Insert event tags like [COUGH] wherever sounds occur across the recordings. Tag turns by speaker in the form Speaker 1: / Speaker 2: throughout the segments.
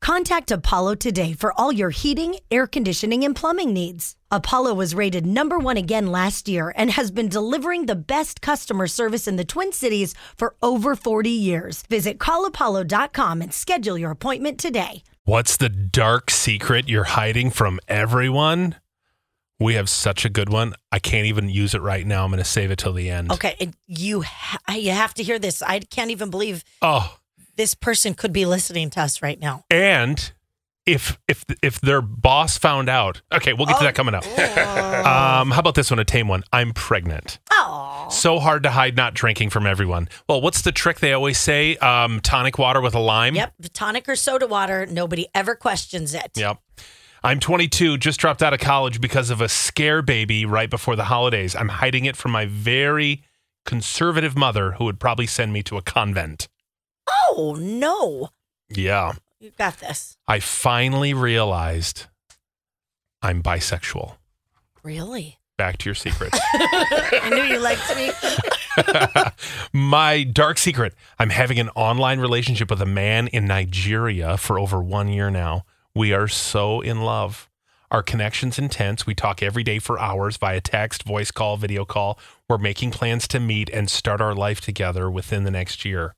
Speaker 1: Contact Apollo today for all your heating, air conditioning, and plumbing needs. Apollo was rated number one again last year and has been delivering the best customer service in the Twin Cities for over 40 years. Visit callapollo.com and schedule your appointment today.
Speaker 2: What's the dark secret you're hiding from everyone? We have such a good one. I can't even use it right now. I'm going to save it till the end.
Speaker 1: Okay, and you ha- you have to hear this. I can't even believe
Speaker 2: Oh,
Speaker 1: this person could be listening to us right now.
Speaker 2: and if if if their boss found out. Okay, we'll get to that coming up. um, how about this one? A tame one. I'm pregnant.
Speaker 1: Oh,
Speaker 2: So hard to hide not drinking from everyone. Well, what's the trick they always say? Um, tonic water with a lime.
Speaker 1: yep, tonic or soda water. Nobody ever questions it.
Speaker 2: Yep. I'm 22, just dropped out of college because of a scare baby right before the holidays. I'm hiding it from my very conservative mother who would probably send me to a convent.
Speaker 1: Oh no,
Speaker 2: Yeah.
Speaker 1: you got this.
Speaker 2: I finally realized I'm bisexual.
Speaker 1: Really?
Speaker 2: Back to your secrets.
Speaker 1: I knew you liked me.
Speaker 2: [LAUGHS] my dark secret I'm having an online relationship with a man in Nigeria for over one year now. We are so in love. Our connection's intense. We talk every day for hours via text, voice call, video call. We're making plans to meet and start our life together within the next year.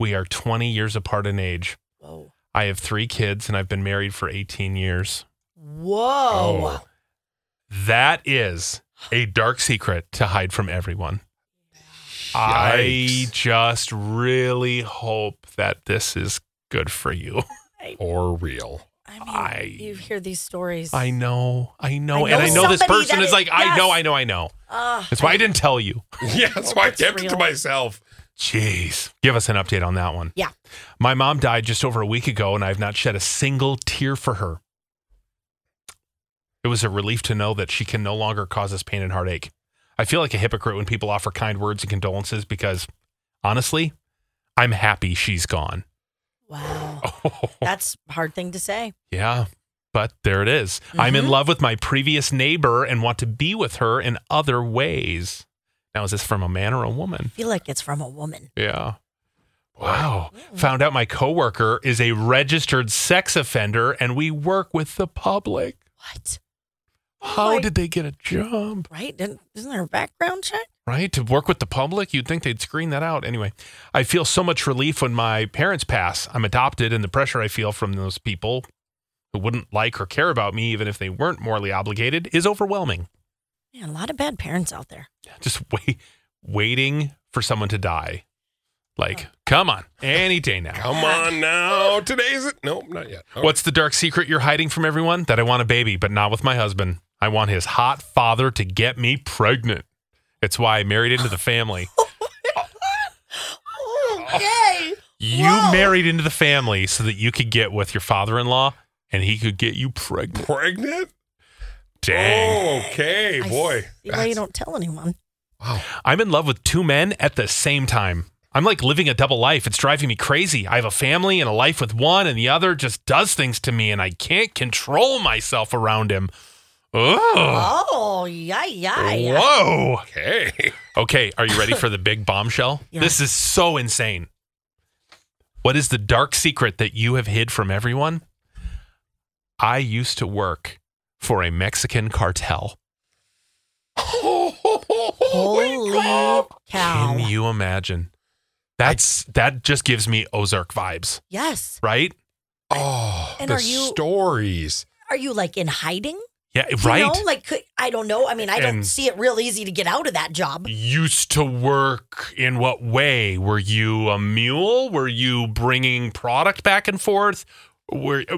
Speaker 2: We are 20 years apart in age.
Speaker 1: Whoa.
Speaker 2: I have three kids and I've been married for 18 years.
Speaker 3: Oh.
Speaker 2: Oh.
Speaker 1: Whoa.
Speaker 2: That is a dark secret to hide from everyone. I
Speaker 3: Yikes.
Speaker 2: just really hope that this is good for you.
Speaker 3: or real.
Speaker 1: I mean,
Speaker 2: Oh, I-
Speaker 1: you hear these stories.
Speaker 2: I know, I know,
Speaker 1: I
Speaker 2: and I
Speaker 1: know
Speaker 2: know this
Speaker 1: somebody
Speaker 2: person
Speaker 1: that
Speaker 2: is
Speaker 1: is-
Speaker 2: like, I
Speaker 1: yes.
Speaker 2: know, I know, I know.
Speaker 1: Ugh.
Speaker 2: That's why I didn't tell you.
Speaker 3: [LAUGHS] Yeah, that's why I
Speaker 1: It's
Speaker 3: kept it
Speaker 1: real.
Speaker 3: to myself.
Speaker 2: Jeez, give us an update on that one.
Speaker 1: Yeah.
Speaker 2: My mom died just over a week ago, and I've not shed a single tear for her. It was a relief to know that she can no longer cause us pain and heartache. I feel like a hypocrite when people offer kind words and condolences because honestly, I'm happy she's
Speaker 3: [LAUGHS]
Speaker 2: gone.
Speaker 1: Wow.
Speaker 2: Oh.
Speaker 3: Oh.
Speaker 1: That's a hard thing to say.
Speaker 2: yeah, but there it is. I'm in
Speaker 1: Mhm.
Speaker 2: love with my previous neighbor and want to be with her in other ways. Now, is this from a man or a woman?
Speaker 1: I feel like it's from a woman.
Speaker 2: Yeah. Wow. Found out my coworker is a registered sex offender and we work with the public.
Speaker 1: What?
Speaker 2: How
Speaker 1: my-
Speaker 2: did they get a job?
Speaker 1: Right? Didn't, isn't there a background check?
Speaker 2: Right? To work with the public? You'd think they'd screen that out. Anyway, I feel so much relief when my parents pass. I'm adopted, and the pressure I feel from those people who wouldn't like or care about me, even if they weren't morally obligated, is overwhelming.
Speaker 1: Man, a lot of bad parents out there. [LAUGHS]
Speaker 2: Just [LAUGHS] wait, waiting for someone to die. Like, come on, any day now.
Speaker 3: Come on now. Today's it. Nope, not yet. Okay.
Speaker 2: What's the dark secret you're hiding from everyone? That I want a baby, but not with my husband. I want his hot father to get me pregnant. It's why I married into the
Speaker 3: [LAUGHS]
Speaker 2: family.
Speaker 1: Okay.
Speaker 2: You
Speaker 1: Whoa.
Speaker 2: married into the family so that you could get with your father in law and he could get you pregnant.
Speaker 3: pregnant?
Speaker 2: Dang.
Speaker 3: Okay, boy.
Speaker 1: See why you don't tell anyone.
Speaker 3: Wow.
Speaker 2: I'm in love with two men at the same time. I'm like living a double life. It's driving me crazy. I have a family and a life with one, and the other just does things to me, and I can't control myself around him. Ugh.
Speaker 1: Oh, yeah, yeah, yeah.
Speaker 2: Whoa.
Speaker 3: Okay.
Speaker 2: Okay,
Speaker 1: [LAUGHS]
Speaker 2: are you ready for the big bombshell?
Speaker 1: Yeah.
Speaker 2: This is so insane. What is the dark secret that you have hid from everyone? I used to work for a Mexican cartel.
Speaker 1: Holy cow.
Speaker 2: Can you imagine? That's that just gives me Ozark vibes,
Speaker 1: Yes.
Speaker 2: right?
Speaker 3: Oh,
Speaker 1: And
Speaker 3: the
Speaker 1: are you-
Speaker 3: stories.
Speaker 1: Are you like in hiding?
Speaker 2: Yeah,
Speaker 1: You
Speaker 2: right.
Speaker 1: know, like could, I don't know. I mean, I don't
Speaker 2: And-
Speaker 1: see it real easy to get out of that job.
Speaker 2: Used to work in what way? Were you a mule? Were you bringing product back and forth? Were uh,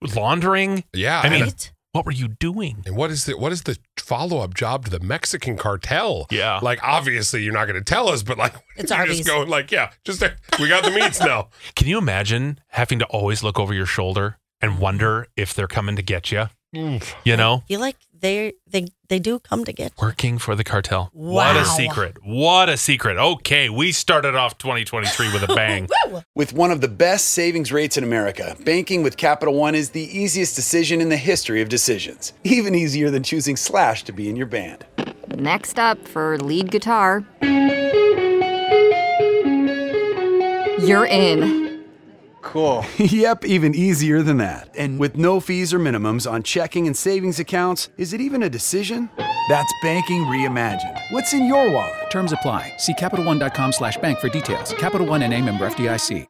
Speaker 2: laundering?
Speaker 3: Yeah.
Speaker 2: I mean,
Speaker 3: and,
Speaker 1: Right?
Speaker 2: What were you doing?
Speaker 3: and what is the what is the follow up job to the Mexican cartel?
Speaker 2: Yeah.
Speaker 3: Like obviously you're not going to tell us, but like [LAUGHS]
Speaker 1: It's
Speaker 3: you're
Speaker 1: Arby's.
Speaker 3: just going like, yeah, just we got the meats now.
Speaker 2: Can you imagine having to always look over your shoulder and wonder if they're coming to get you? You know,
Speaker 1: I feel like they they they do come to get.
Speaker 2: working for the cartel. What
Speaker 1: Wow.
Speaker 2: a secret. What a secret. Okay, we started off 2023 with a bang.
Speaker 1: Woo!
Speaker 4: With one of the best savings rates in America, banking with Capital One is the easiest decision in the history of decisions. Even easier than choosing Slash to be in your band.
Speaker 5: Next up for lead guitar. You're in.
Speaker 6: Cool.
Speaker 4: [LAUGHS] yep, even easier than that. And with no fees or minimums on checking and savings accounts, is it even a decision? That's banking reimagined. What's in your wallet?
Speaker 7: Terms apply. See CapitalOne.com slash bank for details. Capital One and a member FDIC.